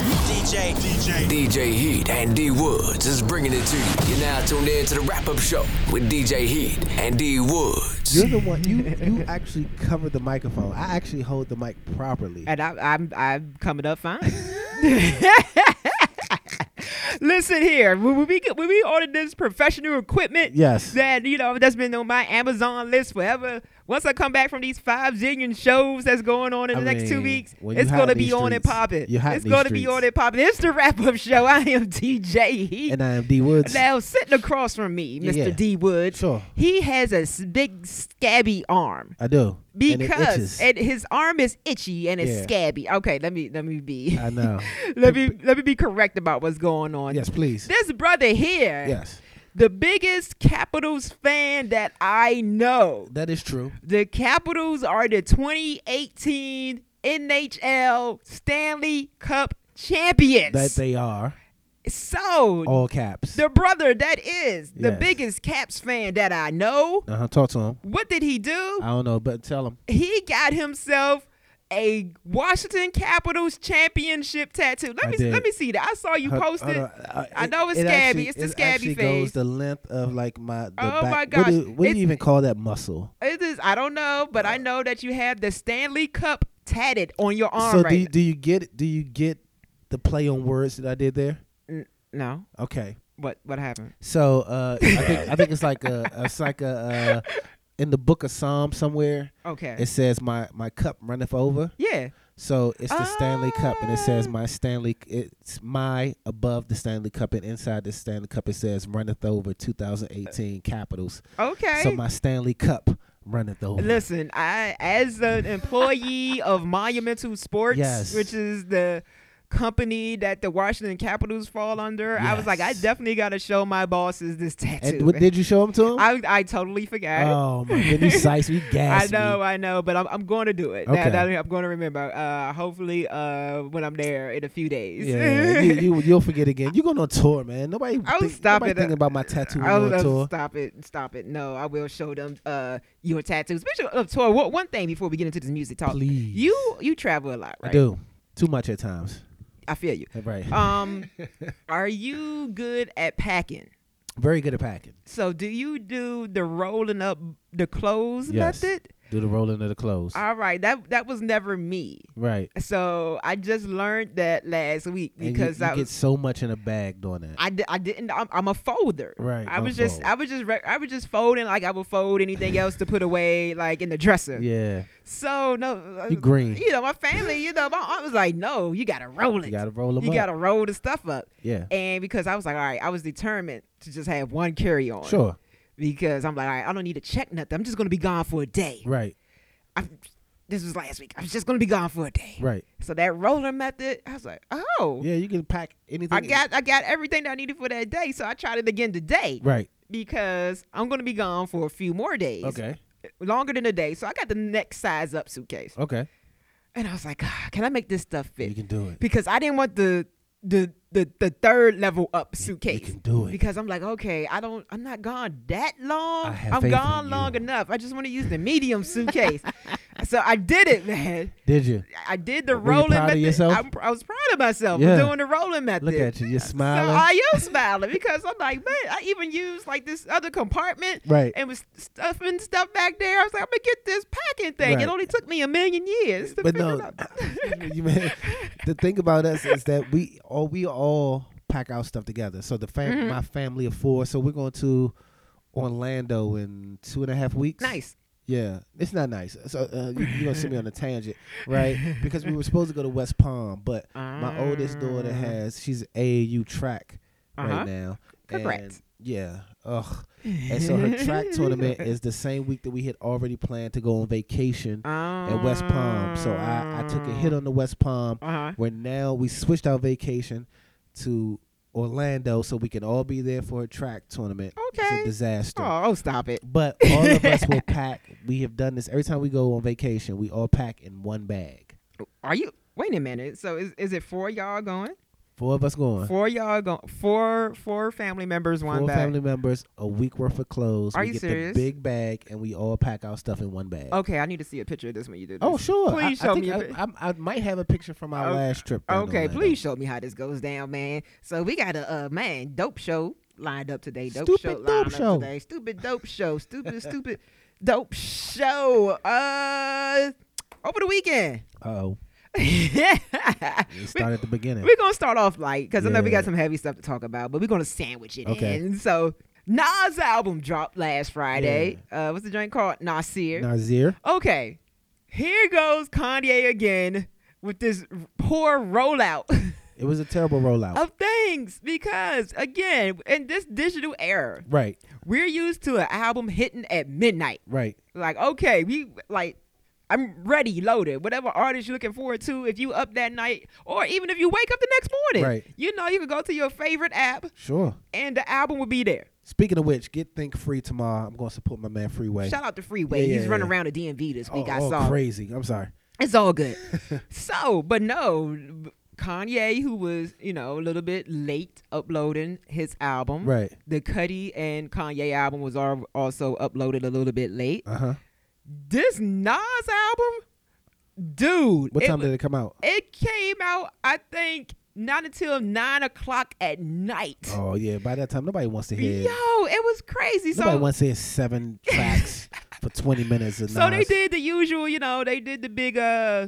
DJ. DJ. DJ Heat and D Woods is bringing it to you. You're now tuned in to the wrap up show with DJ Heat and D Woods. You're the one. You you actually cover the microphone. I actually hold the mic properly. and I'm I'm I'm coming up fine. Listen here, when when we get, when we ordered this professional equipment, Yes. that you know that's been on my Amazon list forever. Once I come back from these five zillion shows that's going on in I the next two mean, weeks, when you it's hot gonna in be these on and streets, popping. you hot in It's these gonna be streets. on and popping. It's the wrap up show. I am DJ Heat. And I am D Woods. Now sitting across from me, Yeah, Mr. yeah. D Wood, Sure. he has a s- big scabby arm I do. and it because itches. and his arm is itchy and it's Yeah. scabby. Okay, let me let me be I know. let me let me be correct about what's going on. Yes, please. This brother here, Yes, the biggest Capitals fan that I know. that is true. The Capitals are the 2018 NHL Stanley Cup champions. That they are so all caps. the brother that is the Yes. biggest Caps fan that I know. Uh huh. Talk to him. What did he do? I don't know, but tell him. he got himself a Washington Capitals championship tattoo. Let I me did. let me see that. I saw you Hold- post hold it. on. Uh, I it- know it's it scabby. actually- It's the it scabby actually phase. goes the length of like my. The back. Oh, my What do, gosh. what do It's- you even call that muscle? It is I don't know, but I know that you have the Stanley Cup tatted on your arm Uh, so right do you, do you get do you get the play on words that I did there? N- No. Okay. What what happened? So uh, I think I think it's like a it's like a uh, in the book of Psalms somewhere. Okay. It says my my cup runneth over. yeah. So it's the Stanley Cup, and it says Ah. my Stanley. It's my above the Stanley Cup, and inside the Stanley Cup it says runneth over 2018 Capitals. Okay. So my Stanley Cup runneth over. Listen, I as an employee of Monumental Sports, Yes. which is the company that the Washington Capitals fall under, I was like, I Yes. definitely gotta show my bosses this tattoo. And what, did you show him to him? I I totally forgot. oh my goodness, you sice me, I gas know, I know, but I'm, I'm going to do it. Now- Okay. now I'm going to remember. Uh, hopefully, uh, when I'm there in a few days. Yeah, you, you you'll forget again. You going on tour, man? Nobody. Oh, think, stop nobody it. Thinking about my tattoo when I you're on love- tour. stop it, stop it. No, I will show them uh, your tattoos. Speaking of tour, one one thing before we get into this music talk, Please. you you travel a lot, right? I do too much at times. I feel you. Right. Um, are you good at packing? Very good at packing. So do you do the rolling up the clothes Yes. method? Do the rolling of the clothes. All right, that that was never me. right. So I just learned that last week And you- because you, I get was so much in a bag doing that. I, di- I didn't I'm, I'm a folder. Right, I don't was just fold. I was just re- I was just folding like I would fold anything else to put away like in the dresser. yeah. So no uh, You green. You know my family, you know my aunt was like, "No, you got to roll it. You gotta roll them You up. gotta roll the stuff up." Yeah. And because I was like, "All right, I was determined to just have one carry on." Sure. Because I'm like, "All right, I don't need to check nothing. I'm just going to be gone for a day." Right. I, this was last week. I was just going to be gone for a day. Right. So that roller method, I was like, "Oh, Yeah, you can pack anything. I got I got everything that I needed for that day, so I tried it again today Right. because I'm gonna be gone for a few more days. Okay. Longer than a day. So I got the next size up suitcase. Okay. And I was like, "Ah, can I make this stuff fit? Oh. You can do it. Because I didn't want the the the, the third level up suitcase. can do it. Because I'm like, okay, I don't I'm not gone that long. I have I'm faith gone in long you. enough. I just want to use the medium suitcase. so I did it, man. Did you? I did the Were you rolling proud of method. yourself? I'm pr- I was proud of myself Yeah. for doing the rolling method. Look at you. You're So smiling. I am smiling because I'm like, man, I even used like this other compartment Right. and was stuffing stuff back there. I was like, I'm gonna get this packing thing. It Right. only took me a million years to but no, figure it out. you mean, the thing about us is that we all we all pack our stuff together. So the fam- Mm-hmm. my family of four. So we're going to Orlando in two and a half weeks. Nice. Yeah, it's not nice. So uh, you, you're gonna see me on a tangent, right? Because we were supposed to go to West Palm, but my Ah. oldest daughter has she's AAU track Uh-huh. right now. Congrats. And yeah. Ugh. And so her track tournament is the same week that we had already planned to go on vacation at West Palm. So I, I took a hit on the West Palm. Uh-huh. Where now we switched our vacation to Orlando so we can all be there for a track tournament. It's Okay. a disaster. Oh, oh, stop it. But all of us will pack. We have done this every time we go on vacation. We all pack in one bag. Are you? Wait a minute. So is is it four y'all going? Four of us going. Four y'all going. Four four family members, one Four bag. family members, a week worth of clothes. Are we you get serious? the big bag, and we all pack our stuff in one bag. Okay, I need to see a picture of this when you do this. Oh, sure. I- Please I, show think me a I, pic- I, I might have a picture from our Oh, last trip. down to Okay, Orlando. please show me how this goes down, man. So we got a uh, man dope show lined up today. Dope Stupid show dope lined show. up today. Stupid dope show. Stupid stupid dope show. Uh, over the weekend. Uh-oh. We start at the beginning. We're gonna start off light because I know we Yeah. got some heavy stuff to talk about, but we're gonna sandwich it Okay. in. So Nas album dropped last Friday. Uh, what's the joint called? Nasir. Nazir. Okay, here goes Kanye again with this poor rollout It was a terrible rollout. of things because again, in this digital era, Right, we're used to an album hitting at midnight. right. Like, okay, we like I'm ready, loaded. Whatever artist you're looking forward to, if you up that night, or even if you wake up the next morning, Right. you know, you can go to your favorite app Sure. and the album will be there. Speaking of which, get Think Free tomorrow. I'm going to support my man Freeway. Shout out to Freeway. Yeah, yeah, He's running yeah. around the DMV this week. oh, I oh, saw. crazy. I'm sorry. It's all good. so, but no, Kanye, who was, you know, a little bit late uploading his album. Right. The Cuddy and Kanye album was al- also uploaded a little bit late. Uh huh. This Nas album, dude. What it time wa- did it come out? It came out, I think, not until nine o'clock at night. Oh yeah. By that time, nobody wants to hear. Yo, it was crazy. Nobody so wants to hear seven tracks for 20 minutes. Of So they Nas. did the usual, you know, they did the big uh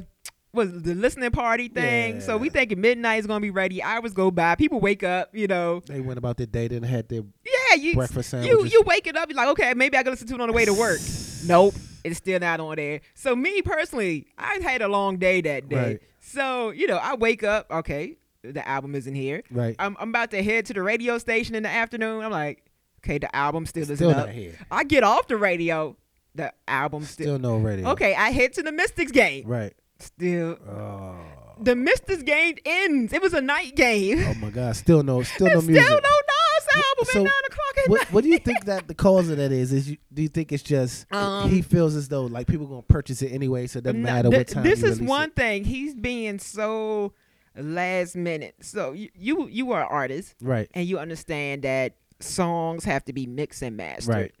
was the listening party thing. So we Yeah. thinking midnight is gonna be ready. Hours go by, people wake up, you know. They went about their day, then had their Yeah, you Breakfast you sandwiches. you waking up, you're like, okay, maybe I can listen to it on the way to work. nope, it's still not on there. So me personally, I had a long day that day. Right. So, you know, I wake up, okay, the album isn't here. right. I'm I'm about to head to the radio station in the afternoon. I'm like, okay, the album still isn't Still up. not here. I get off the radio, the album still Still no radio. Okay, I head to the Mystics game. Right. Still, Oh. the Mystics game ends. It was a night game. Oh my God. Still no. Still no There's music. still no Nas album So, at nine o'clock at what, night. what do you think that the cause of that is? Is you, do you think it's just Um, he feels as though like people gonna purchase it anyway, so it doesn't No, matter what th- time. This you is release one It. thing. He's being so last minute. So you you, you are an artist, Right. and you understand that songs have to be mixed and mastered. Right.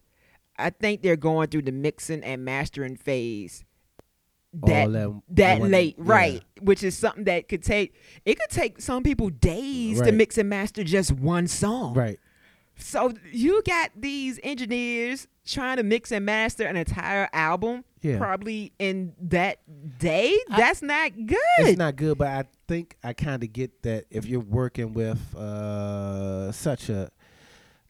I think they're going through the mixing and mastering phase. All That that in that one- late, yeah. right? Which is something that could take. It could take some people days to Right. mix and master just one song. Right. So you got these engineers trying to mix and master an entire album, Yeah. probably in that day. I- That's not good. It's not good, but I think I kind of get that if you're working with uh such a,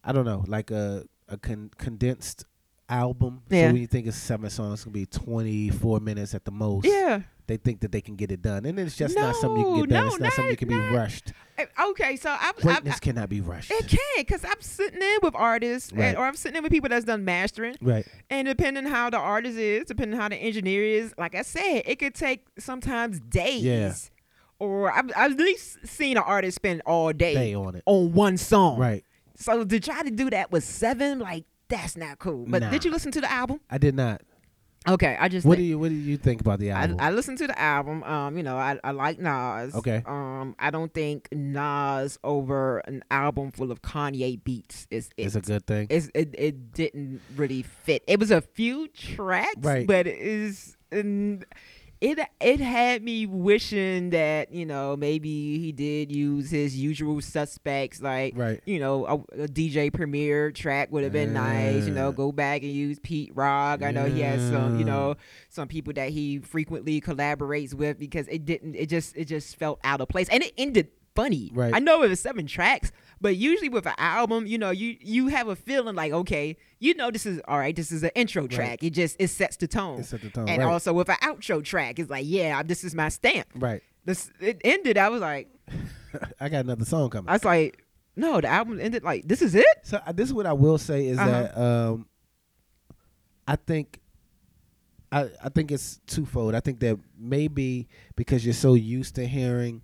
I don't know, like a a con- condensed album. Yeah. So when you think it's seven songs, it's gonna be twenty four minutes at the most. yeah. They think that they can get it done, and it's just not something you can get No, done. no, it's not, something you can not- not- be rushed. Uh, Okay, so I've, I've, Greatness cannot be rushed. it can because I'm sitting in with artists, and- Right. or I'm sitting in with people that's done mastering, Right. and depending how the artist is, depending how the engineer is, like I said, it could take sometimes days. Or I've, I've at least seen an artist spend all day, Day on it. on one song. Right. So to try to do that with seven, like that's not cool. But Nah. did you listen to the album? I did not. Okay, I just What do think- you What do you think about the I, album? I listened to the album. Um, you know, I, I like Nas. Okay. Um, I don't think Nas over an album full of Kanye beats is it. it's a good thing. It's- it, it didn't really fit. It was a few tracks, Right. but it is and it it had me wishing that you know maybe he did use his usual suspects like Right. you know a, a DJ Premier track would have been nice. You know, Yeah. go back and use Pete Rock. I know he has some you Yeah. know some people that he frequently collaborates with because it didn't. It just it just felt out of place and it ended funny. Right. I know it was seven tracks, but usually with an album, you know, you you have a feeling like, okay, you know, this is all right. This is an intro track. It just it sets the tone. It set the tone, And right. also with an outro track, it's like, yeah, this is my stamp. right. This it ended. I was like, I got another song coming. I was like, no, the album ended like this is it. so uh, this is what I will say is Uh-huh. that um, I think. I, I think it's twofold. I think that maybe because you're so used to hearing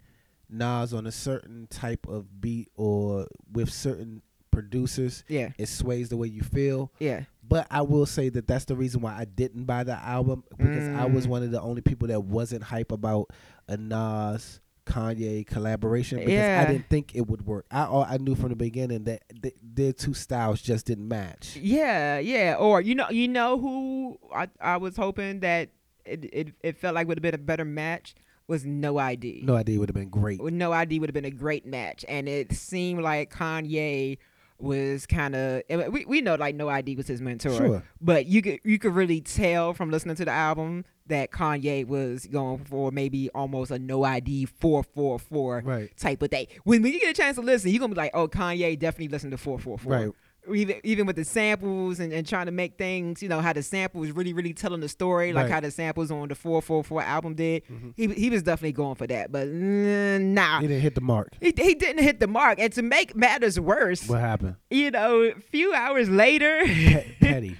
Nas on a certain type of beat or with certain producers, Yeah. it sways the way you feel. Yeah. But I will say that that's the reason why I didn't Mm. buy the album because I was one of the only people that wasn't hype about a Nas Kanye collaboration because Yeah. I didn't think it would work. I I knew from the beginning that th- their two styles just didn't match. Yeah, yeah. Or you know, you know who I, I was hoping that it, it it felt like would have been a better match was No ID. No idea would have been great. With No ID would have been a great match, and it seemed like Kanye was kind of we, we know like No ID was his mentor, Sure. but you could you could really tell from listening to the album that Kanye was going for maybe almost a No ID four four four Right. type of thing. When when you get a chance to listen, you're gonna be like, oh, Kanye definitely listened to four four four Right. even even with the samples and, and trying to make things, you know, how the sample was really, really telling the story, like Right. how the samples on the 444 album did. He he was definitely going for that, but mm, It nah. Mm-hmm. didn't hit the mark. He, he didn't hit the mark. And to make matters worse, What happened? you know, a few hours later, Pe- Petty.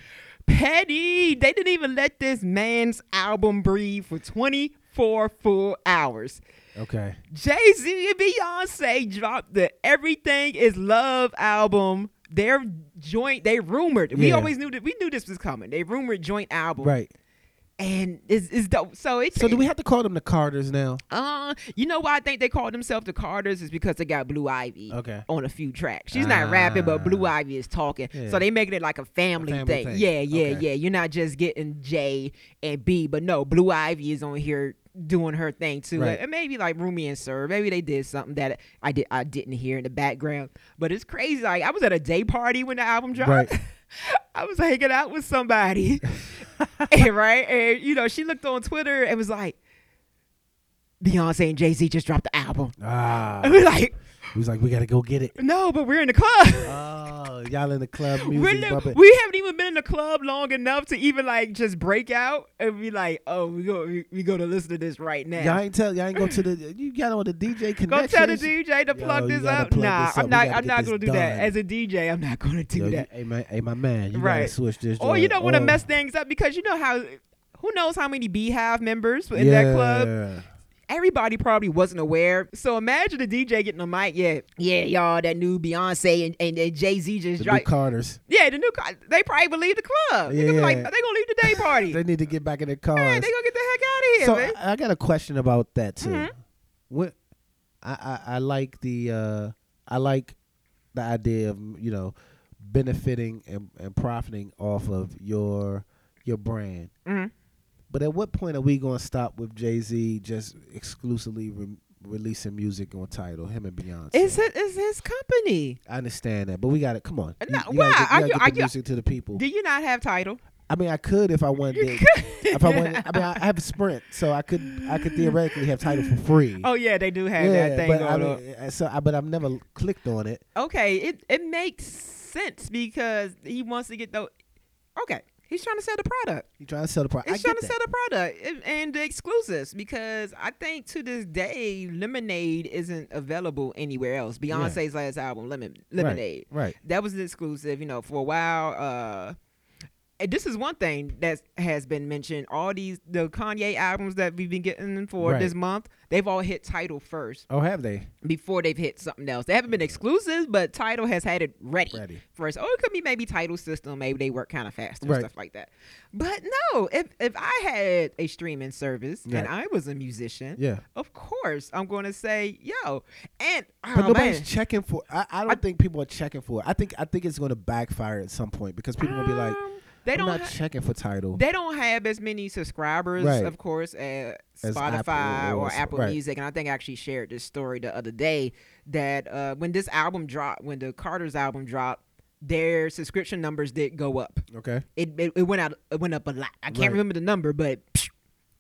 Petty, they didn't even let this man's album breathe for 24 full hours. Okay. Jay Z and Beyonce dropped the Everything Is Love album. Their joint, they rumored. We Yeah. always knew that we knew this was coming. They rumored joint album, Right. And it's, it's dope. So it's So do we have to call them the Carters now? Uh, you know why I think they call themselves the Carters is because they got Blue Ivy Okay. Ah, on a few tracks. She's not rapping, but Blue Ivy is talking. Yeah. So they making it like a family, family thing. thing. Yeah, yeah, Okay. yeah. You're not just getting J and B, but no, Blue Ivy is on here doing her thing too. Right. And maybe like Rumi and Sir, maybe they did something that I did I didn't hear in the background. But it's crazy. Like I was at a day party when the album dropped. Right. I was hanging out with somebody, and, right? And you know, she looked on Twitter and was like, "Beyonce and Jay Z just dropped the album." Ah. And we're like, He was like, we gotta go get it. "No, but we're in the club. Oh, y'all in the club music We're li- bumping. we haven't even been in the club long enough to even like just break out and be like, oh, we go, we, we go to listen to this right Y'all now.'" ain't tell y'all ain't go to the you got on the DJ connection. Go tell the DJ to Yo, plug you this gotta up. plug nah, this up. I'm We not. gotta I'm get not this gonna do that. done. As a DJ, I'm not gonna do Yo, you- that. hey my hey my man, you gotta Right. switch this Or you joint Oh, don't want to up. mess things up because you know how. Who knows how many Beehive members in that club? Yeah. Everybody probably wasn't aware. So imagine the DJ getting the mic. Yeah, yeah, y'all. That new Beyonce and, and, Jay Z just The dropped. new Carters. yeah, the new. Car- they probably will leave the club. They're gonna be like, Yeah. they gonna leave the day party. They need to get back in their cars. yeah, they gonna get the heck out of here, so man. I, I got a question about that too. Mhm. What I, I I like the uh I like the idea of you know benefiting and, and profiting off of your your brand. Mhm. But at what point are we going to stop with Jay Z just exclusively re- releasing music on title? Him and Beyonce. It's his, it's his company. I understand that, but we got to come on. No, you, you why? gotta get, Are you gotta you- get are the you- music to the people. Do you not have title? I mean, I could if I wanted. to- If I wanted, I mean, I I have a Sprint, so I could I could theoretically have title for free. Oh yeah, they do have that thing but going I on. mean, uh, so I, but I've never clicked on it. okay, it, it makes sense because he wants to get the okay. He's trying to sell the product. You trying to sell the product? He's I get trying to sell that. the product and, and the exclusives because I think to this day lemonade isn't available anywhere else. Beyonce's last album, Lemon Lemonade, Right. that was an exclusive. You know, for a while. Uh, and this is one thing that has been mentioned. All these the Kanye albums that we've been getting for Right. this month, they've all hit title first Oh, have they? before they've hit something else. They haven't been exclusive, but Title has had it ready, Ready. first. Or it could be maybe Title system. Maybe they work kind of fast and Right. stuff like that. But no, if if I had a streaming service Right. and I was a musician, Yeah. of course I'm going to say yo. And But oh, nobody's man. checking for. I, I don't think people are checking for. it. I think I think it's going to backfire at some point because people will be like, Um, they I'm don't. not ha- checking for title." they don't have as many subscribers, Right. of course, as, As Spotify Apple or, or- Apple right. Music. And I think I actually shared this story the other day that uh, when this album dropped, when the Carter's album dropped, their subscription numbers did go up. okay. It it, it went out. It went up a lot. I can't Right. remember the number, but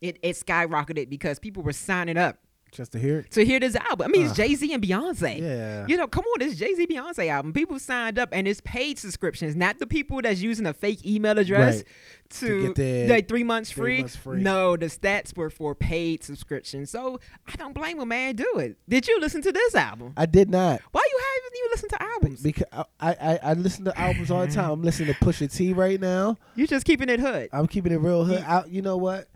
it it skyrocketed because people were signing up Just to hear it. to hear this album. I mean, it's Ugh. Jay Z and Beyonce. Uh. Yeah. You know, come on, it's Jay Z Beyonce album. People signed up, and it's paid subscriptions, not the people that's using a fake email address Right. to, get their like three months three free. months free. No, the stats were for paid subscriptions. So I don't blame a man. Do it. Did you listen to this album? I did not. Why you haven't you listen to albums? Because I, I I listen to albums all the time. I'm listening to Pusha T right now. you just keeping it hood. I'm keeping it real. Hood. I, you know what?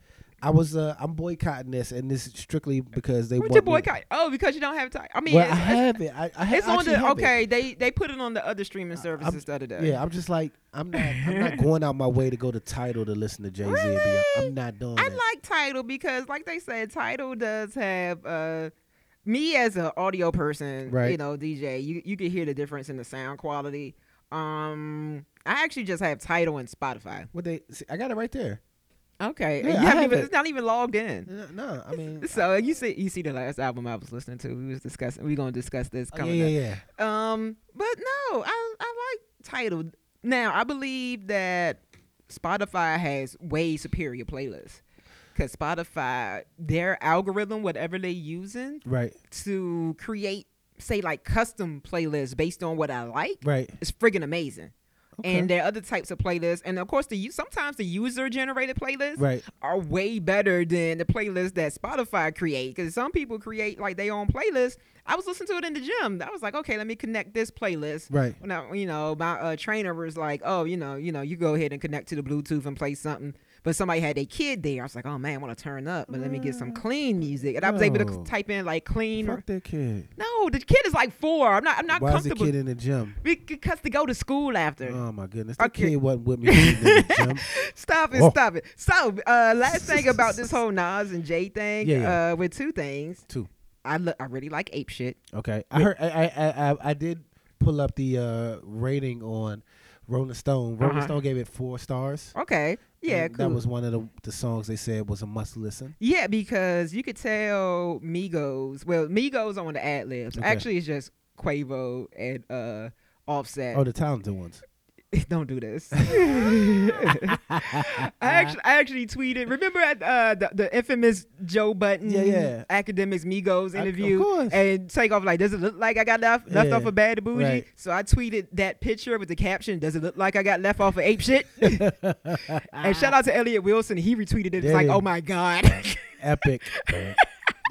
I was uh, I'm boycotting this, and this is strictly because they What's want your me- boycott? Oh, because you don't have time. I mean, Well, I it's, have it. I, I ha- it's on actually the have it. okay. They they put it on the other streaming services the other day. Yeah, I'm just like I'm not I'm not going out my way to go to title to listen to Jay Z. and Beyonce. Really? I'm not doing I that. like Title because, like they said, Title does have uh, me as an audio person, Right. you know, DJ, you you can hear the difference in the sound quality. Um, I actually just have title and Spotify. What they? See, I got it right there. Okay, Yeah, you I haven't have even, it. it's not even logged in. No, no I mean, So you see, you see the last album I was listening to. We was discussing. We gonna discuss this yeah, coming yeah, up. yeah. Um, but no, I I like titled. Now I believe that Spotify has way superior playlists because Spotify their algorithm, whatever they using Right, to create, say like custom playlists based on what I like, right. is friggin' amazing. Okay. And there are other types of playlists, and of course the u- sometimes the user generated playlists Right. are way better than the playlists that Spotify create. Because some people create like their own playlists. I was listening to it in the gym. I was like, okay, let me connect this playlist. Right. When I, you know, my uh, trainer was like, oh, you know, you know, you go ahead and connect to the Bluetooth and play something. But somebody had their kid there. I was like, oh man, I want to turn up, but let me get some clean music. And I was able to No. type in like clean. Fuck that kid. No, the kid is like four. I'm not. I'm not Why is the comfortable. kid in the gym? because to go to school after. Oh my goodness, that Okay. kid wasn't with me. when he was in the gym. Stop it, Oh. stop it. So, uh, last thing about this whole Nas and Jay thing, Yeah, yeah. uh, with two things. Two. I look, I really like ape shit. Okay, I heard. I I, I I I did pull up the uh rating on Rolling Stone. Rolling Uh-huh. Stone gave it four stars. Okay, yeah, And cool. That was one of the, the songs they said was a must listen. yeah, because you could tell Migos. Well, Migos on the ad libs. Okay. Actually, it's just Quavo and uh, Offset. Oh, the talented ones. don't do this. I actually, I actually tweeted. Remember at uh, the, the infamous Joe Button, Yeah, yeah. academics Migos I- of interview, course. and take off like, does it look like I got left left Yeah, off of Bad to Bougie? right. So I tweeted that picture with the caption, "Does it look like I got left off of Ape Shit?" and shout out to Elliot Wilson, he retweeted it. It's Yeah, like, yeah. oh my god. Epic.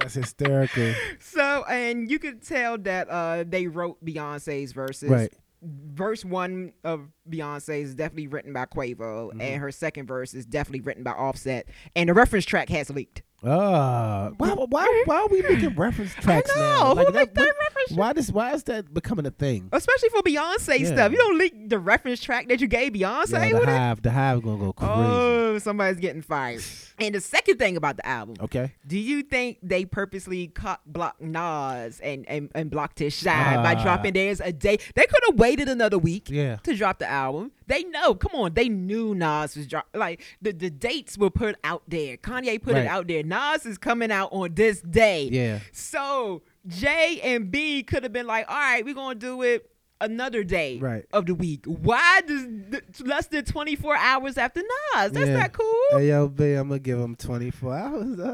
That's hysterical. so, and you could tell that uh, they wrote Beyonce's verses, Right. verse one of Beyonce is definitely written by Quavo, Mm-hmm. and her second verse is definitely written by Offset, and the reference track has leaked. Ah, why, why, why are we making reference tracks now? know, who make that what- reference track? Why does why is that becoming a thing? Especially for Beyonce Yeah. stuff, you don't leak the reference track that you gave Beyonce. Yeah, Who the the- hive, the hive gonna go crazy. oh, somebody's getting fired. and the second thing about the album, Okay, do you think they purposely cock blocked Nas and and, and blocked his shine by Ah. dropping theirs a day? They could have waited another week. yeah, to drop the album. They know. Come on, they knew Nas was drop. Like the, the dates were put out there. Kanye put Right. it out there. Nas is coming out on this day. yeah. So J and B could have been like, all right, we're gonna do it another day Right. of the week. Why does th- less than twenty four hours after Nas? That's yeah. not cool. Hey, yo, B, I'm gonna give him 24 hours. They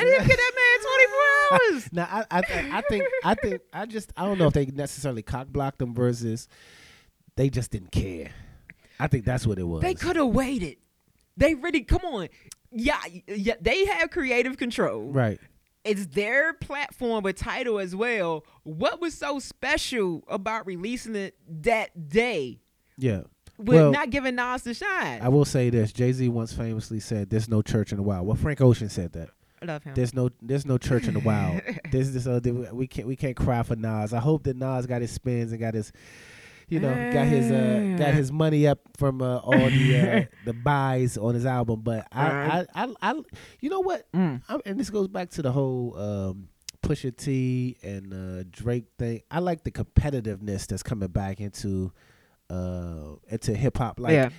didn't get that man twenty four hours. Now, I, I, I, I think, I think, I just, I don't know if they necessarily cock blocked them versus they just didn't care. I think that's what it was. They could have waited. They really come on. Yeah, yeah, they have creative control. right? it's their platform with title as well. What was so special about releasing it that day Yeah. with well, not giving Nas the shine? I will say this: Jay Z once famously said, "There's no church in the wild." Well, Frank Ocean said that. I love him. There's no there's no church in the wild. There's this other we can't we can't cry for Nas. I hope that Nas got his spins and got his you know got his uh, got his money up from uh, all the uh, the buys on his album. But I I, I, I you know what? Mm. I'm, and this goes back to the whole um, Pusha T and uh, Drake thing. I like the competitiveness that's coming back into uh, into hip hop. Like Yeah.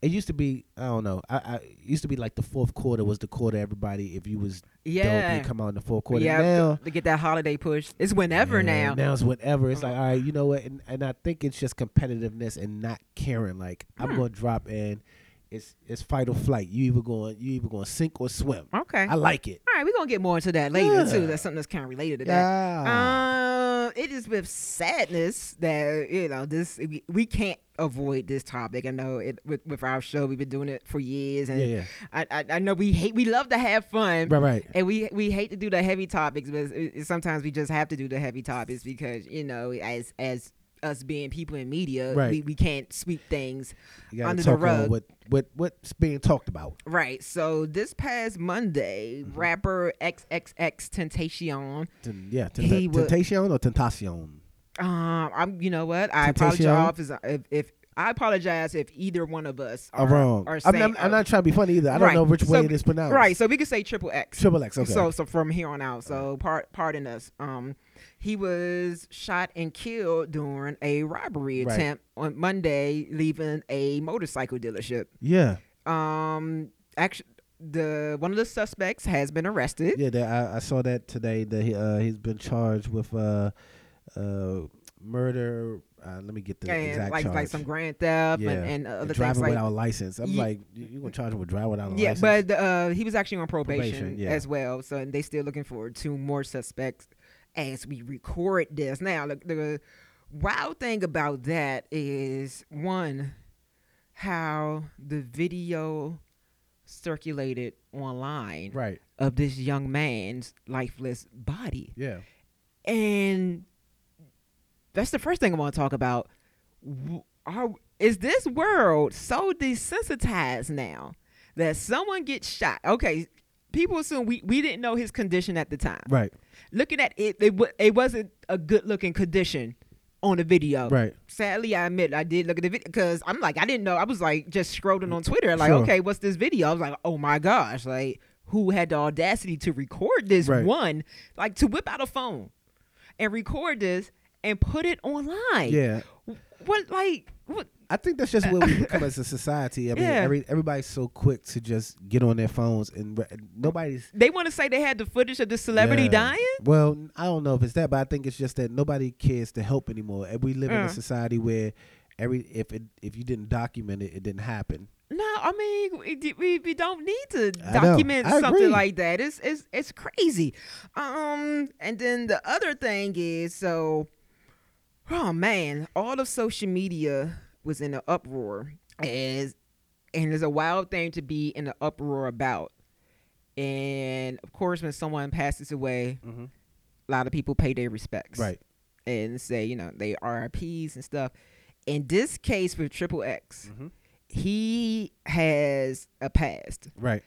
it used to be I don't know. I, I it used to be like the fourth quarter was the quarter everybody if you was dope Yeah. you come out in the fourth quarter. yeah, now to, to get that holiday push. It's whenever yeah, now. Mm. Now it's whatever. It's like all right, you know what? And, and I think it's just competitiveness and not caring. Like I'm Hmm. gonna drop and it's it's fight or flight. You either going you either going to sink or swim. Okay. I like it. All right, we're gonna get more into that later too. Yeah. That's something that's kind of related to that. Yeah. Um, it is with sadness that you know this we, we can't avoid this topic. I know it with, with our show we've been doing it for years, and Yeah, yeah. I, I I know we hate we love to have fun, Right, right. and we we hate to do the heavy topics, but it- it- sometimes we just have to do the heavy topics because you know as as us being people in media, Right. we, we can't sweep things You gotta under the talk on rug. what what what's being talked about. Right. So this past Monday, Mm-hmm. rapper XXX Tentacion. Ten- yeah, He tenta- would- temptation or tentacion. Um, I'm. You know what? I apologize Tentacion? if, if I apologize if either one of us I'm are wrong. Are I'm, saying, I'm- I'm not trying to be funny either. I don't Right. know which way So- it is pronounced. Right, so we could say triple X. Triple X. Okay. So so from here on out, so part pardon us. Um, he was shot and killed during a robbery Right. attempt on Monday, leaving a motorcycle dealership. yeah. Um, actually, the one of the suspects has been arrested. Yeah. That, I, I saw that today. That he, uh, he's been charged with uh, uh, murder. Uh, let me get the And exact like charge. like some grand theft and, and uh, other driving things like without a license. I'm Ye- like, you you gonna charge him with driving without a yeah, license? but uh, he was actually on probation, Probation, yeah. as well. So and they still looking for two more suspects as we record this. Now, look, the wild thing about that is one, how the video circulated online right. of this young man's lifeless body, Yeah. and that's the first thing I want to talk about. W- Are is this world so desensitized now that someone gets shot? Okay, people assume we, we didn't know his condition at the time. Right. Looking at it, it, wa- it wasn't a good looking condition on the video. Right. Sadly, I admit I did look at the video because I'm like I didn't know. I was like just scrolling on Twitter, like Sure. okay, what's this video? I was like, oh my gosh, like who had the audacity to record this Right. one, like to whip out a phone and record this and put it online? Yeah. What like what? I think that's just what we become as a society. I mean, Yeah. every, everybody's so quick to just get on their phones and re- nobody's They want to say they had the footage of the celebrity Yeah. dying. Well, I don't know if it's that, but I think it's just that nobody cares to help anymore. And we live in Yeah. a society where every if it if you didn't document it, it didn't happen. No, I mean we- we, we, we don't need to I know. document I agree. something like that. It's it's it's crazy. Um, and then the other thing is so, oh man, all of social media was in an uproar, as and it's a wild thing to be in an uproar about. And of course, when someone passes away, Mhm. a lot of people pay their respects, Right. and say you know they RIPS and stuff. In this case with Triple X Mm-hmm. he has a past. Right.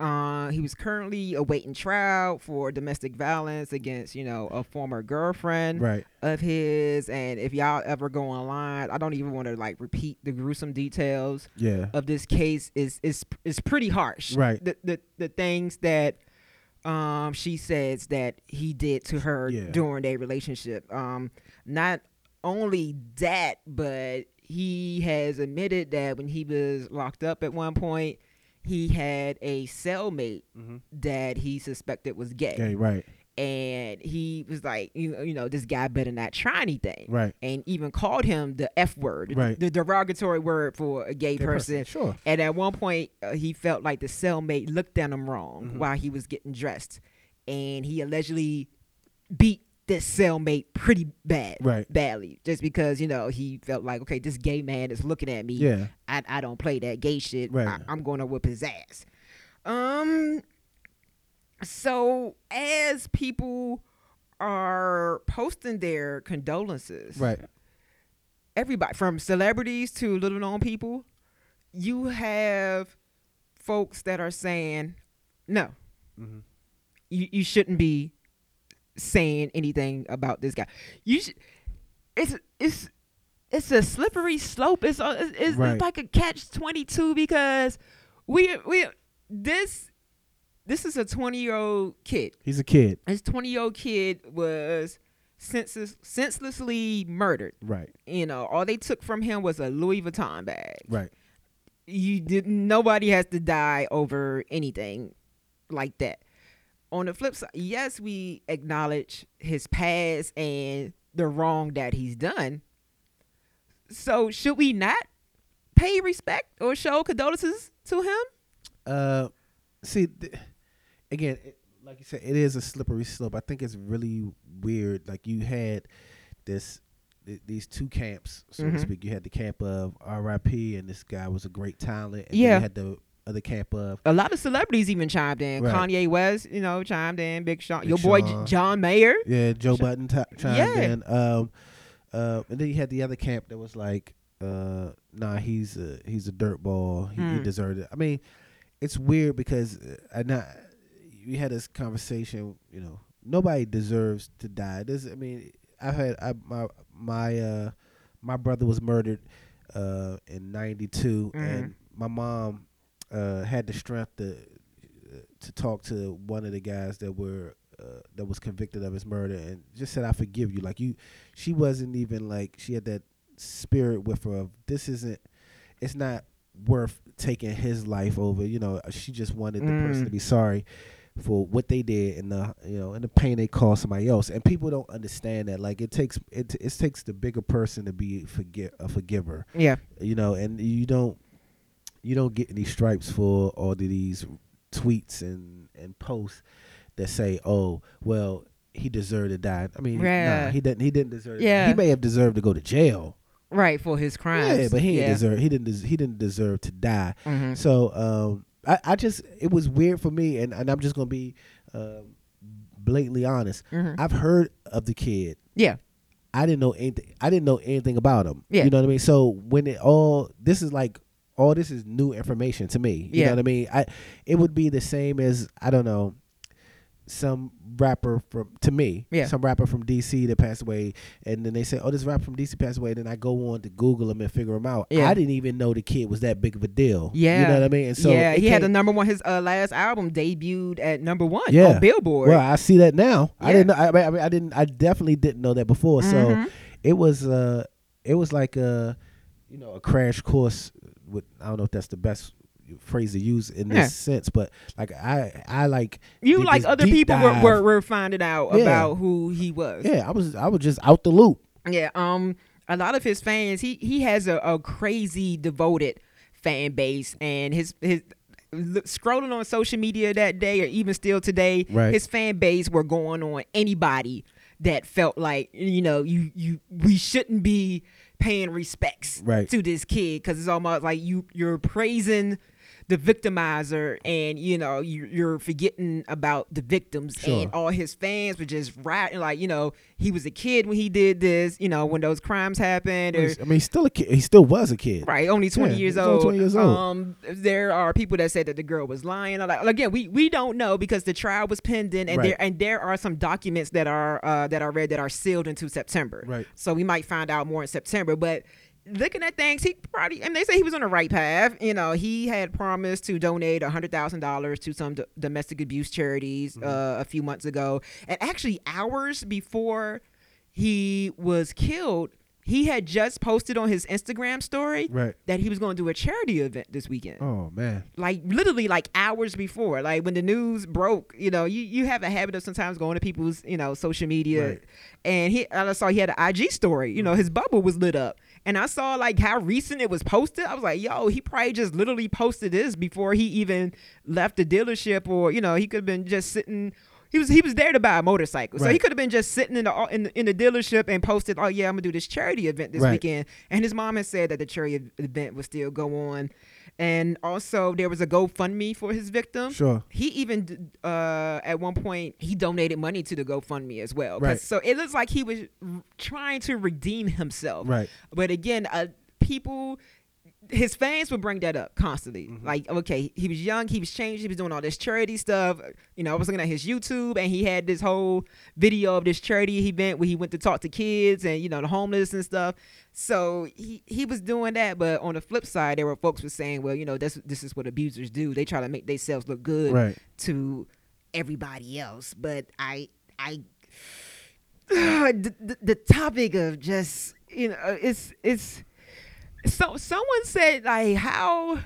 Uh, he was currently awaiting trial for domestic violence against, you know, a former girlfriend Right. of his. And if y'all ever go online, I don't even want to like repeat the gruesome details Yeah. of this case. is is is pretty harsh. Right. The the, the things that um she says that he did to her Yeah. during their relationship. Um, not only that, but he has admitted that when he was locked up at one point, he had a cellmate Mm-hmm. that he suspected was gay, Okay. Right. and he was like, you know, you know, this guy better not try anything, Right. and even called him the f word, Right. the derogatory word for a gay, Gay person, person. sure. And at one point, uh, he felt like the cellmate looked at him wrong Mm-hmm. while he was getting dressed, and he allegedly beat this cellmate pretty bad, Right. badly, just because you know he felt like, okay, this gay man is looking at me. Yeah. I, I don't play that gay shit. Right. I, I'm going to whip his ass. Um. So as people are posting their condolences, Right. everybody from celebrities to little known people, you have folks that are saying, no, Mm-hmm. you, you shouldn't be saying anything about this guy. You should, it's, it's, it's a slippery slope. It's, a- it's, it's Right. like a catch 22 because we, we, this, this is a 20 year old kid He's a kid. this 20 year old kid was senseless, senselessly murdered. Right. You know, all they took from him was a Louis Vuitton bag. Right. You didn't, nobody has to die over anything like that. On the flip side, yes, we acknowledge his past and the wrong that he's done. So, should we not pay respect or show condolences to him? Uh, see, th- again, it, like you said, it is a slippery slope. I think it's really weird. Like you had this, th- these two camps, so to Mhm. speak. You had the camp of R.I.P. and this guy was a great talent. And then Yeah. You had the other camp of a lot of celebrities even chimed in. Right. Kanye West, you know, chimed in. Big Sean, Big your boy J- Sean. John Mayer. yeah, Joe Button t- chimed Yeah. in. Um, uh, and then you had the other camp that was like, uh, nah, he's a he's a dirtball. He, he Mm. deserved it. I mean, it's weird because uh, I not we had this conversation. You know, nobody deserves to die. This, I mean, I had I, my my uh, my brother was murdered. uh, in '92, and my mom uh, had the strength to to talk to one of the guys that were uh, that was convicted of his murder, and just said, "I forgive you." Like you, she wasn't even like she had that spirit with her of this isn't, it's not worth taking his life over. You know, she just wanted the person to be sorry for what they did and the you know and the pain they caused somebody else. And people don't understand that. Like it takes it it takes the bigger person to be forgive a forgiver. Yeah. You know, and you don't you don't get any stripes for all of these tweets and and posts that say, "Oh, well, he deserved to die." I mean, nah, Yeah. he didn't. He didn't deserve. Yeah. he may have deserved to go to jail. Right for his crimes. Yeah, but he yeah. Mm-hmm. didn't deserve. He didn't. Des- he didn't deserve to die. So um, I, I just it was weird for me, and, and I'm just gonna be um blatantly honest. Mm-hmm. I've heard of the kid. Yeah. I didn't know anything. I didn't know anything about him. Yeah. You know what I mean. So when it all this is like all this is new information to me. You Yeah. know what I mean. I it would be the same as I don't know some rapper from to me Yeah. some rapper from DC that passed away and then they say oh this rapper from DC passed away then I go on to Google him and figure him out Yeah. I didn't even know the kid was that big of a deal Yeah. you know what I mean and so yeah, it he had a came- number one. His uh, last album debuted at number one yeah. on Billboard. Well, I see that now. I Yeah. Mm-hmm. didn't. Know, I, mean- I mean, I didn't. I definitely didn't know that before. So it was. Uh, it was like a, you know, a crash course. With I don't know if that's the best phrase to use in this Yeah. sense, but like I, I like you did like this other deep people were, dive. were were finding out Yeah. about who he was. Yeah, I was. I was just out the loop. Yeah, um, a lot of his fans, he he has a, a crazy devoted fan base, and his his l- scrolling on social media that day, or even still today, Right. his fan base were going on anybody that felt like you know you you we shouldn't be paying respects Right. to this kid because it's almost like you you're praising the victimizer and you know you, you're forgetting about the victims Sure. and all his fans were just rioting like you know he was a kid when he did this you know when those crimes happened or I mean, he's still a kid. He still was a kid. right only 20 Yeah, years he's only old 20 years old. um there are people that said that the girl was lying Like, again we we don't know because the trial was pending and Right. there and there are some documents that are uh that are read that are sealed until september Right. so we might find out more in september but looking at things he probably and they say he was on the right path you know he had promised to donate a hundred thousand dollars to some do- domestic abuse charities Mm-hmm. uh, a few months ago and actually hours before he was killed he had just posted on his instagram story Right. that he was going to do a charity event this weekend Oh man. like literally like hours before like when the news broke you know you, you have a habit of sometimes going to people's you know social media Right. and he and i saw he had an ig story you know his bubble was lit up and i saw like how recent it was posted i was like yo he probably just literally posted this before he even left the dealership or you know he could have been just sitting he was he was there to buy a motorcycle, so he Right. could have been just sitting in the in, the- in the dealership and posted, "Oh yeah, I'm gonna do this charity event this Right. weekend." And his mom had said that the charity event would still go on, and also there was a GoFundMe for his victim. Sure. he even d- uh, at one point he donated money to the GoFundMe as well. 'Cause- Right. So it looks like he was r- trying to redeem himself. Right. But again, uh, people. His fans would bring that up constantly. Like, okay, he was young, he was changed, he was doing all this charity stuff. You know, I was looking at his YouTube and he had this whole video of this charity event where he went to talk to kids and, you know, the homeless and stuff. So he, he was doing that. But on the flip side, there were folks were saying, well, you know, that's, this is what abusers do. They try to make themselves look good Right. to everybody else. But I, I, the, the- the topic of just you know, it's it's. So someone said like how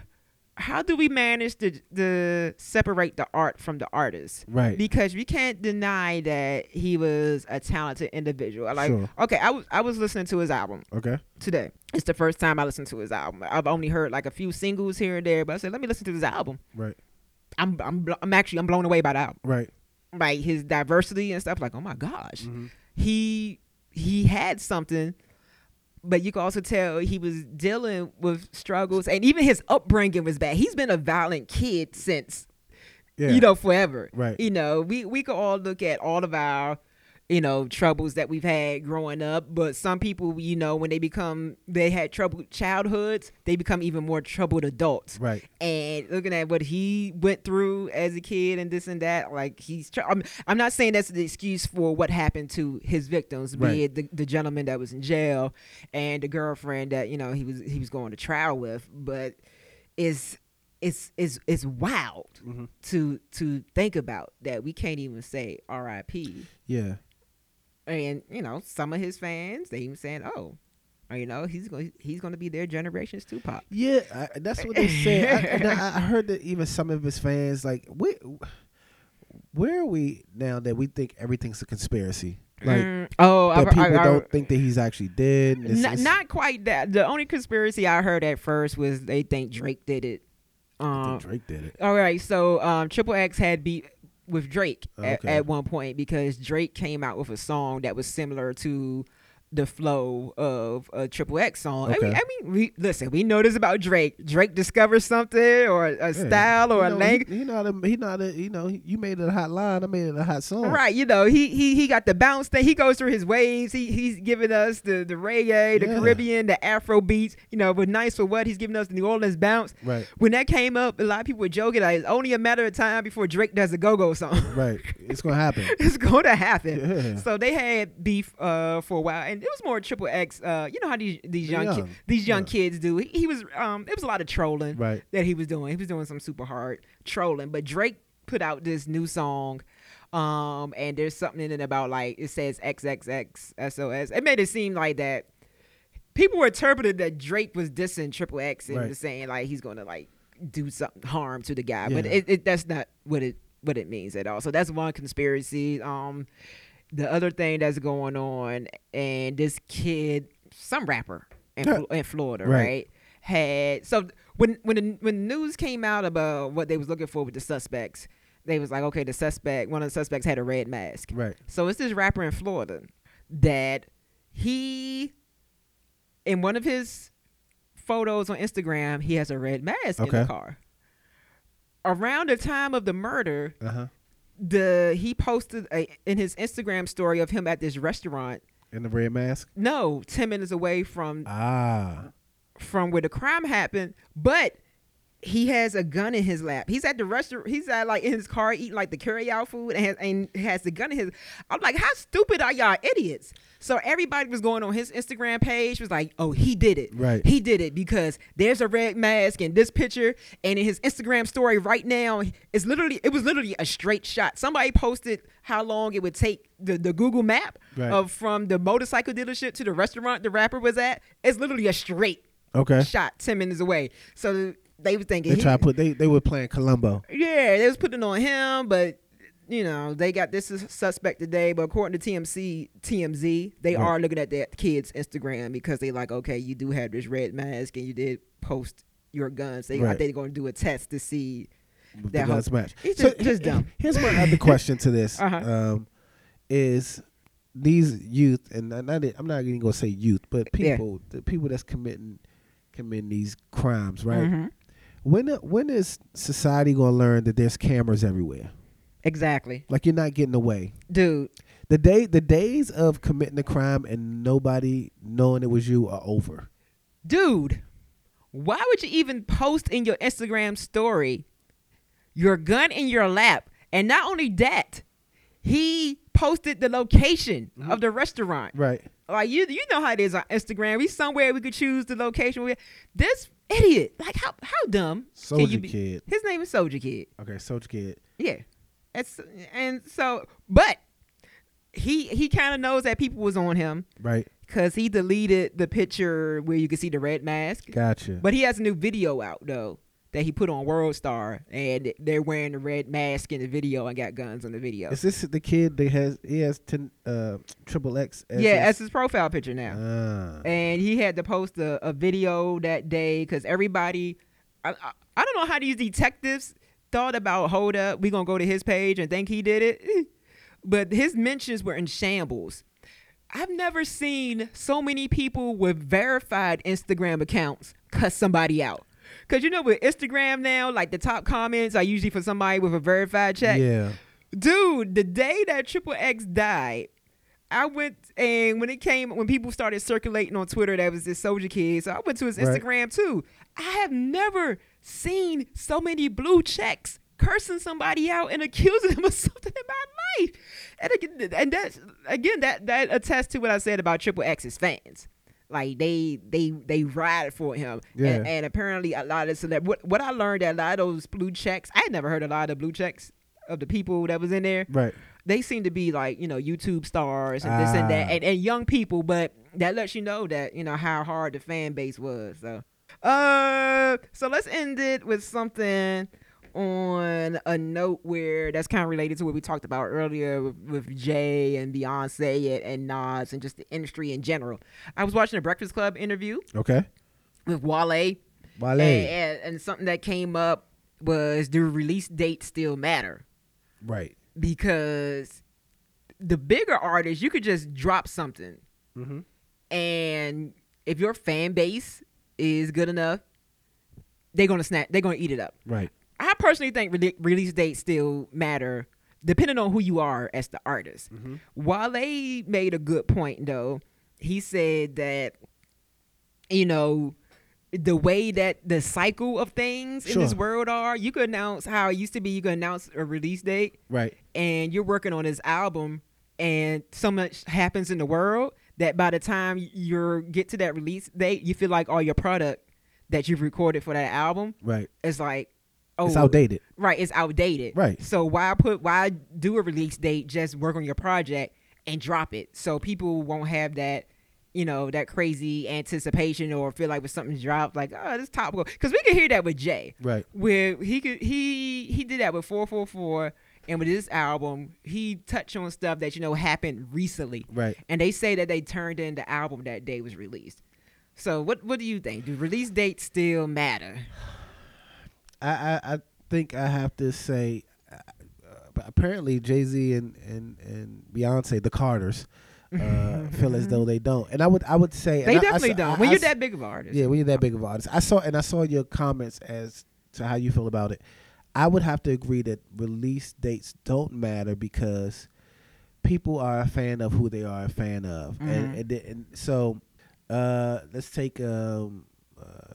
how do we manage to to separate the art from the artist? Right. Because we can't deny that he was a talented individual. Like Sure. okay, I was I was listening to his album Okay. today. It's the first time I listened to his album. I've only heard like a few singles here and there, but I said let me listen to this album. Right. I'm I'm bl- I'm actually I'm blown away by the album Right. like his diversity and stuff like oh my gosh Mm-hmm. he he had something but you can also tell he was dealing with struggles and even his upbringing was bad he's been a violent kid since Yeah. you know forever Right. you know we we could all look at all of our you know troubles that we've had growing up but some people you know when they become they had troubled childhoods they become even more troubled adults Right. and looking at what he went through as a kid and this and that like he's tr- I'm, I'm not saying that's the excuse for what happened to his victims Right. be it the, the gentleman that was in jail and the girlfriend that you know he was he was going to trial with but it's it's it's it's wild Mm-hmm. to to think about that we can't even say RIP Yeah. and you know some of his fans they even saying oh you know he's going he's going to be their generation's Tupac Yeah, I, that's what they said. I, and I, I heard that even some of his fans like, where, where are we now that we think everything's a conspiracy? Like Mm, oh that I've- people I've- I've- don't think that he's actually dead. and it's- not, it's- not quite that the only conspiracy I heard at first was they think Drake did it I um think Drake did it. all right so um Triple X had beat with Drake at, Okay. at one point because Drake came out with a song that was similar to the flow of a Triple X song. I mean, Okay. I mean we, listen, we know this about Drake. Drake discovers something or a Yeah. style or You a know, language. He, he not a, he not a, you know, he- you made it a hot line. I made it a hot song. Right, you know, he he he got the bounce thing. He goes through his waves. He he's giving us the the reggae, the Yeah. Caribbean, the Afro beats. You know, but nice for what he's giving us the New Orleans bounce. Right. When that came up, a lot of people were joking. Like, it's only a matter of time before Drake does a go go song. Right. It's gonna happen. it's going to happen. Yeah. So they had beef uh, for a while, and it was more triple X. Uh, you know how these these They're young ki- young. these young Yeah. kids do. He, he was um, it was a lot of trolling Right. that he was doing. He was doing some super hard trolling. But Drake put out this new song. Um, and there's something in it about like it says XXXSOS. It made it seem like that people were interpreted that Drake was dissing Triple X and Right. was saying like he's gonna like do something harm to the guy, but Yeah. it, it that's not what it what it means at all. So that's one conspiracy. Um, the other thing that's going on, and this kid, some rapper in, Flo- in Florida, Right. right. had so when when the, when news came out about what they was looking for with the suspects, they was like, okay, the suspect, one of the suspects had a red mask, Right. so it's this rapper in Florida that he, in one of his photos on Instagram, he has a red mask in Okay. the car. Around the time of the murder, Uh huh. the he posted a, in his Instagram story of him at this restaurant. And the red mask. No, ten minutes away from Ah. from where the crime happened, but he has a gun in his lap. He's at the restaurant. He's at like in his car eating like the carryout food and has, and has the gun in his. I'm like, how stupid are y'all idiots? So everybody was going on his Instagram page was like, oh, he did it. Right. He did it because there's a red mask in this picture and in his Instagram story right now, it's literally it was literally a straight shot. Somebody posted how long it would take the, the Google map Right. of from the motorcycle dealership to the restaurant the rapper was at. It's literally a straight Okay. shot ten minutes away. So they were thinking, They he- try to put they they were playing Columbo. yeah, they was putting on him, but you know they got this is suspect today. But according to TMC, TMZ, they Right. are looking at that kid's Instagram because they like, okay, you do have this red mask and you did post your guns. They I Right. think they're going to do a test to see. with That the whole- guns match. It's just- he- just dumb. Here's my other question to this: Uh-huh. um, is these youth, and I- not, I'm not even gonna say youth, but Yeah. people, the people that's committing committing these crimes, right? Mm-hmm. When when is society gonna learn that there's cameras everywhere? Exactly, Like you're not getting away. dude. The day the days of committing a crime and nobody knowing it was you are over. dude, why would you even post in your Instagram story your gun in your lap? And not only that, he posted the location of the restaurant. Mm-hmm. Right. Like you, you know how it is on Instagram. We somewhere we could choose the location. We, this idiot, like how how dumb? can you Soulja be? Kid. His name is Soldier Kid. Okay, Soulja Kid. Yeah. That's, and so, but he he kind of knows that people was on him Right. because he deleted the picture where you could see the red mask. Gotcha. But he has a new video out though that he put on World Star, and they're wearing the red mask in the video and got guns in the video. Is this the kid that has he has ten, uh, triple X? as yeah, his- that's his profile picture now. Ah. and he had to post a, a video that day because everybody, I, I, I don't know how these detectives thought about. Hold up, we gonna go to his page and think he did it, but his mentions were in shambles. I've never seen so many people with verified Instagram accounts cuss somebody out. Cause you know with Instagram now, like the top comments are usually for somebody with a verified check. Yeah. Dude, the day that Triple X died, I went and when it came when people started circulating on Twitter that was this Soldier Kid, so I went to his Right. Instagram too. I have never seen so many blue checks cursing somebody out and accusing them of something in my life. And again, and that's again that that attests to what I said about Triple X's fans. Like they they they ride for him, Yeah. and, and apparently a lot of celeb. What, what I learned that a lot of those blue checks, I had never heard a lot of the blue checks of the people that was in there Right. they seem to be like you know YouTube stars and this and that Ah. and, and young people, but that lets you know that you know how hard the fan base was. So, uh, so let's end it with something on a note where that's kind of related to what we talked about earlier with, with Jay and Beyonce and, and Nas and just the industry in general. I was watching a Breakfast Club interview Okay. with Wale, Wale. And, and, and something that came up was do release dates still matter? Right. because the bigger artists, you could just drop something, Mhm. and if your fan base is good enough, they're gonna snap. They're gonna eat it up. Right. I personally think rele- release dates still matter, depending on who you are as the artist. Mm-hmm. Wale made a good point though. He said that you know the way that the cycle of things in this Sure. world are. You could announce how it used to be. You could announce a release date Right. and you're working on this album and so much happens in the world that by the time you get to that release date you feel like all your product that you've recorded for that album Right. is like oh It's outdated. right it's outdated Right. so why put why do a release date just work on your project and drop it so people won't have that you know that crazy anticipation or feel like when something's dropped like oh this topical because we can hear that with jay Right. where he could he he did that with 444 and with this album he touched on stuff that you know happened recently Right. and they say that they turned in the album that day was released so what what do you think do release dates still matter I, I, I think I have to say, uh, but apparently Jay Z and, and, and Beyonce, the Carters, uh, feel as though they don't. And I would I would say and they I- I definitely s- don't I- when I you're s- that big of an artist yeah, when you're that big of an artist, I saw and I saw your comments as to how you feel about it. I would have to agree that release dates don't matter because people are a fan of who they are a fan of, and, and, the- and so uh, let's take um, uh,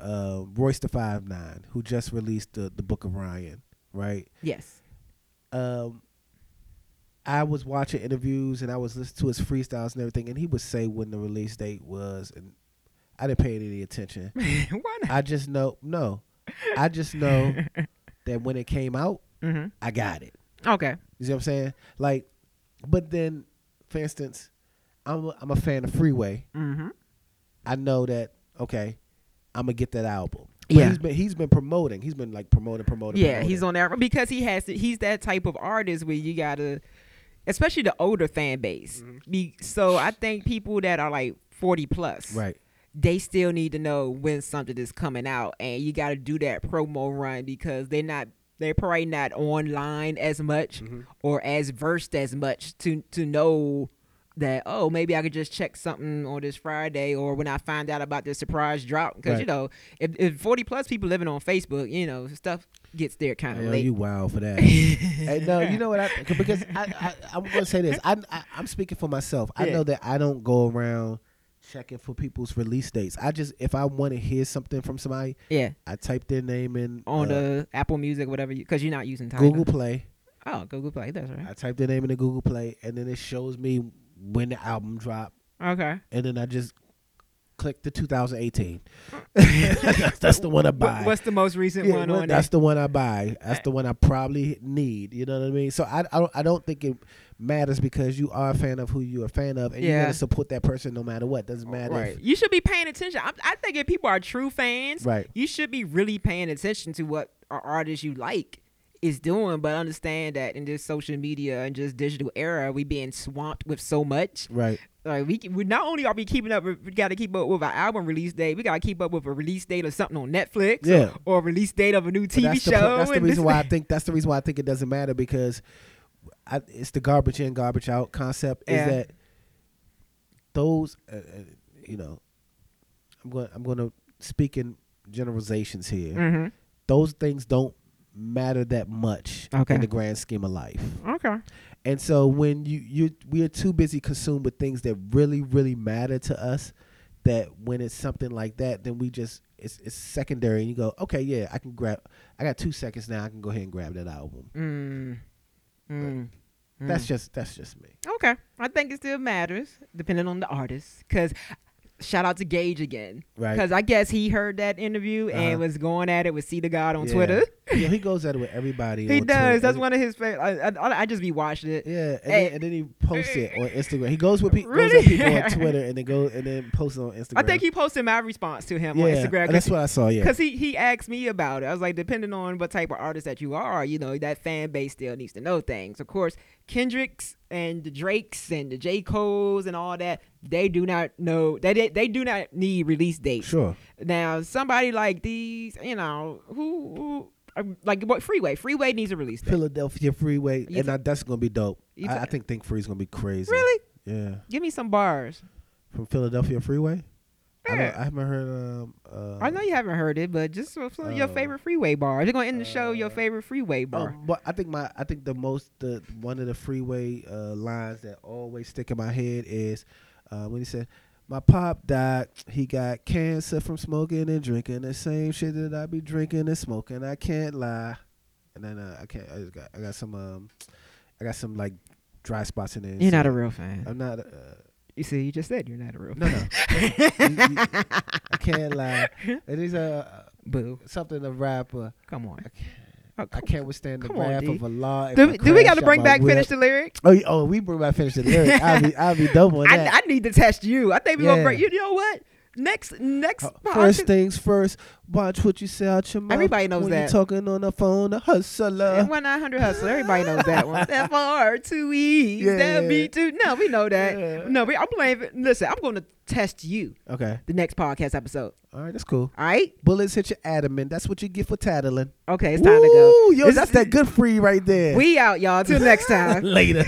uh, Royce the Five Nine, who just released the the Book of Ryan, right? yes um, I was watching interviews and I was listening to his freestyles and everything, and he would say when the release date was, and I didn't pay it any attention. why not I just know, no, I just know that when it came out, Mm-hmm. I got it. okay You see what I'm saying? Like, but then, for instance, I'm a, I'm a fan of Freeway. mm-hmm I know that okay, I'm gonna get that album. But Yeah. he's been he's been promoting. He's been like promoting, promoting. yeah promoting. he's on that because he has to, he's that type of artist where you gotta especially the older fan base be, so i think people that are like 40 plus right. they still need to know when something is coming out and you got to do that promo run because they're not they're probably not online as much Mm-hmm. or as versed as much to to know that oh maybe I could just check something on this Friday or when I find out about this surprise drop because you Right. know if, if forty plus people living on Facebook you know stuff gets there kind of Yo, late you wild for that. hey, no, you know what? I, because I, I, I'm going to say this. I, I, I'm speaking for myself. I Yeah. know that I don't go around checking for people's release dates. I just, if I want to hear something from somebody, yeah I type their name in on uh, the Apple Music whatever because you're not using Tidal. Google Play. oh Google Play that's I right type their name in the Google Play, and then it shows me when the album dropped, okay and then I just click the 2018. That's the one I buy. What- what's the most recent Yeah, one well, on there? that's the one I buy. That's the one I probably need. You know what I mean? So I, I, don't, I don't think it matters because you are a fan of who you're a fan of, and you're Yeah. gonna support that person no matter what. Doesn't matter. Right. If, You should be paying attention. I, I think if people are true fans, Right. you should be really paying attention to what an artist you like is doing. But understand that in this social media and just digital era, we being swamped with so much. right. Like we, can- we not only are we keeping up, with- we got to keep up with our album release date. We got to keep up with a release date of something on Netflix, or- Yeah. or, a release date of a new But TV that's show. the point- that's the and reason this- why I think that's the reason why I think it doesn't matter because I, it's the garbage in, garbage out concept. Yeah. Is that those, uh, uh, you know, I'm going. I'm going to speak in generalizations here. Mhm. Those things don't matter that much Okay. in the grand scheme of life. Mm-hmm. Okay. And so when you you we are too busy consumed with things that really really matter to us, that when it's something like that, then we just it's it's secondary. And you go, okay, yeah, I can grab. I got two seconds now. I can go ahead and grab that album. Mm. Mm. That's just that's just me. Okay. I think it still matters, depending on the artist. Because shout out to Gage again. Right. Because I guess he heard that interview and Uh-huh. was going at it with See the God on Yeah. Twitter. yeah, he goes at it with everybody. He on does. Twitter. That's And- one of his favorite. I, I, I just be watching it. Yeah, and, Hey. then, and then he posts it on Instagram. He goes with pe- goes Really? at people on Twitter and then go and then posts it on Instagram. I think he posted my response to him yeah, on Instagram. and that's what I saw. Yeah, Because he, he asked me about it. I was like, depending on what type of artist that you are, you know, that fan base still needs to know things. Of course, Kendrick's and the Drake's and the J. Cole's and all that, they do not know, they, they, they do not need release dates. sure. Now, somebody like these, you know, who, who like what Freeway, Freeway needs a release date. Philadelphia Freeway, You and th- I, that's gonna be dope. You I, th- I think Think Free's gonna be crazy. Really? Yeah, Give me some bars. from Philadelphia Freeway. I, don't, Yeah. I haven't heard. Um, uh, I know you haven't heard it, but just some of your Oh. favorite Freeway bars. You're gonna end the show your favorite Freeway Oh, bar. but I think my I think the most the one of the freeway uh, lines that always stick in my head is uh, when he said, "My pop died. He got cancer from smoking and drinking the same shit that I be drinking and smoking. I can't lie." And then uh, I can't. I just got I got some um I got some like dry spots in there. You're not So a real fan. I'm not. Uh, You see, you just said you're not a real. no, fan. no. You- you- I can't lie. It is a Boo! something a rapper. Come on. I can't, Oh, I can't withstand the Come on, wrath D. of a law. If Do, I do crash we got to out bring my back whip- finish the lyric? Oh, yeah, oh, we bring back finish the lyric. I'll be, I'll be dope on that. Uh, I, I need to test you. I think we're gonna Yeah. bring. You know what? Next, next. Uh, podcast- First things first, watch what you say out your mouth. Everybody knows when that. you talking on the phone, a hustler. One nine hundred hustle. Everybody knows that one. F R two E. Yeah. That B two. No, we know that. Yeah. No, we, I'm playing. for- Listen, I'm going to test you Okay. the next podcast episode. All right, that's cool. All right. Bullets hit your adamant. That's what you get for tattling. Okay, it's time to go. Ooh, Yo, This- that's that good free right there. We out, y'all. Till next time. Later.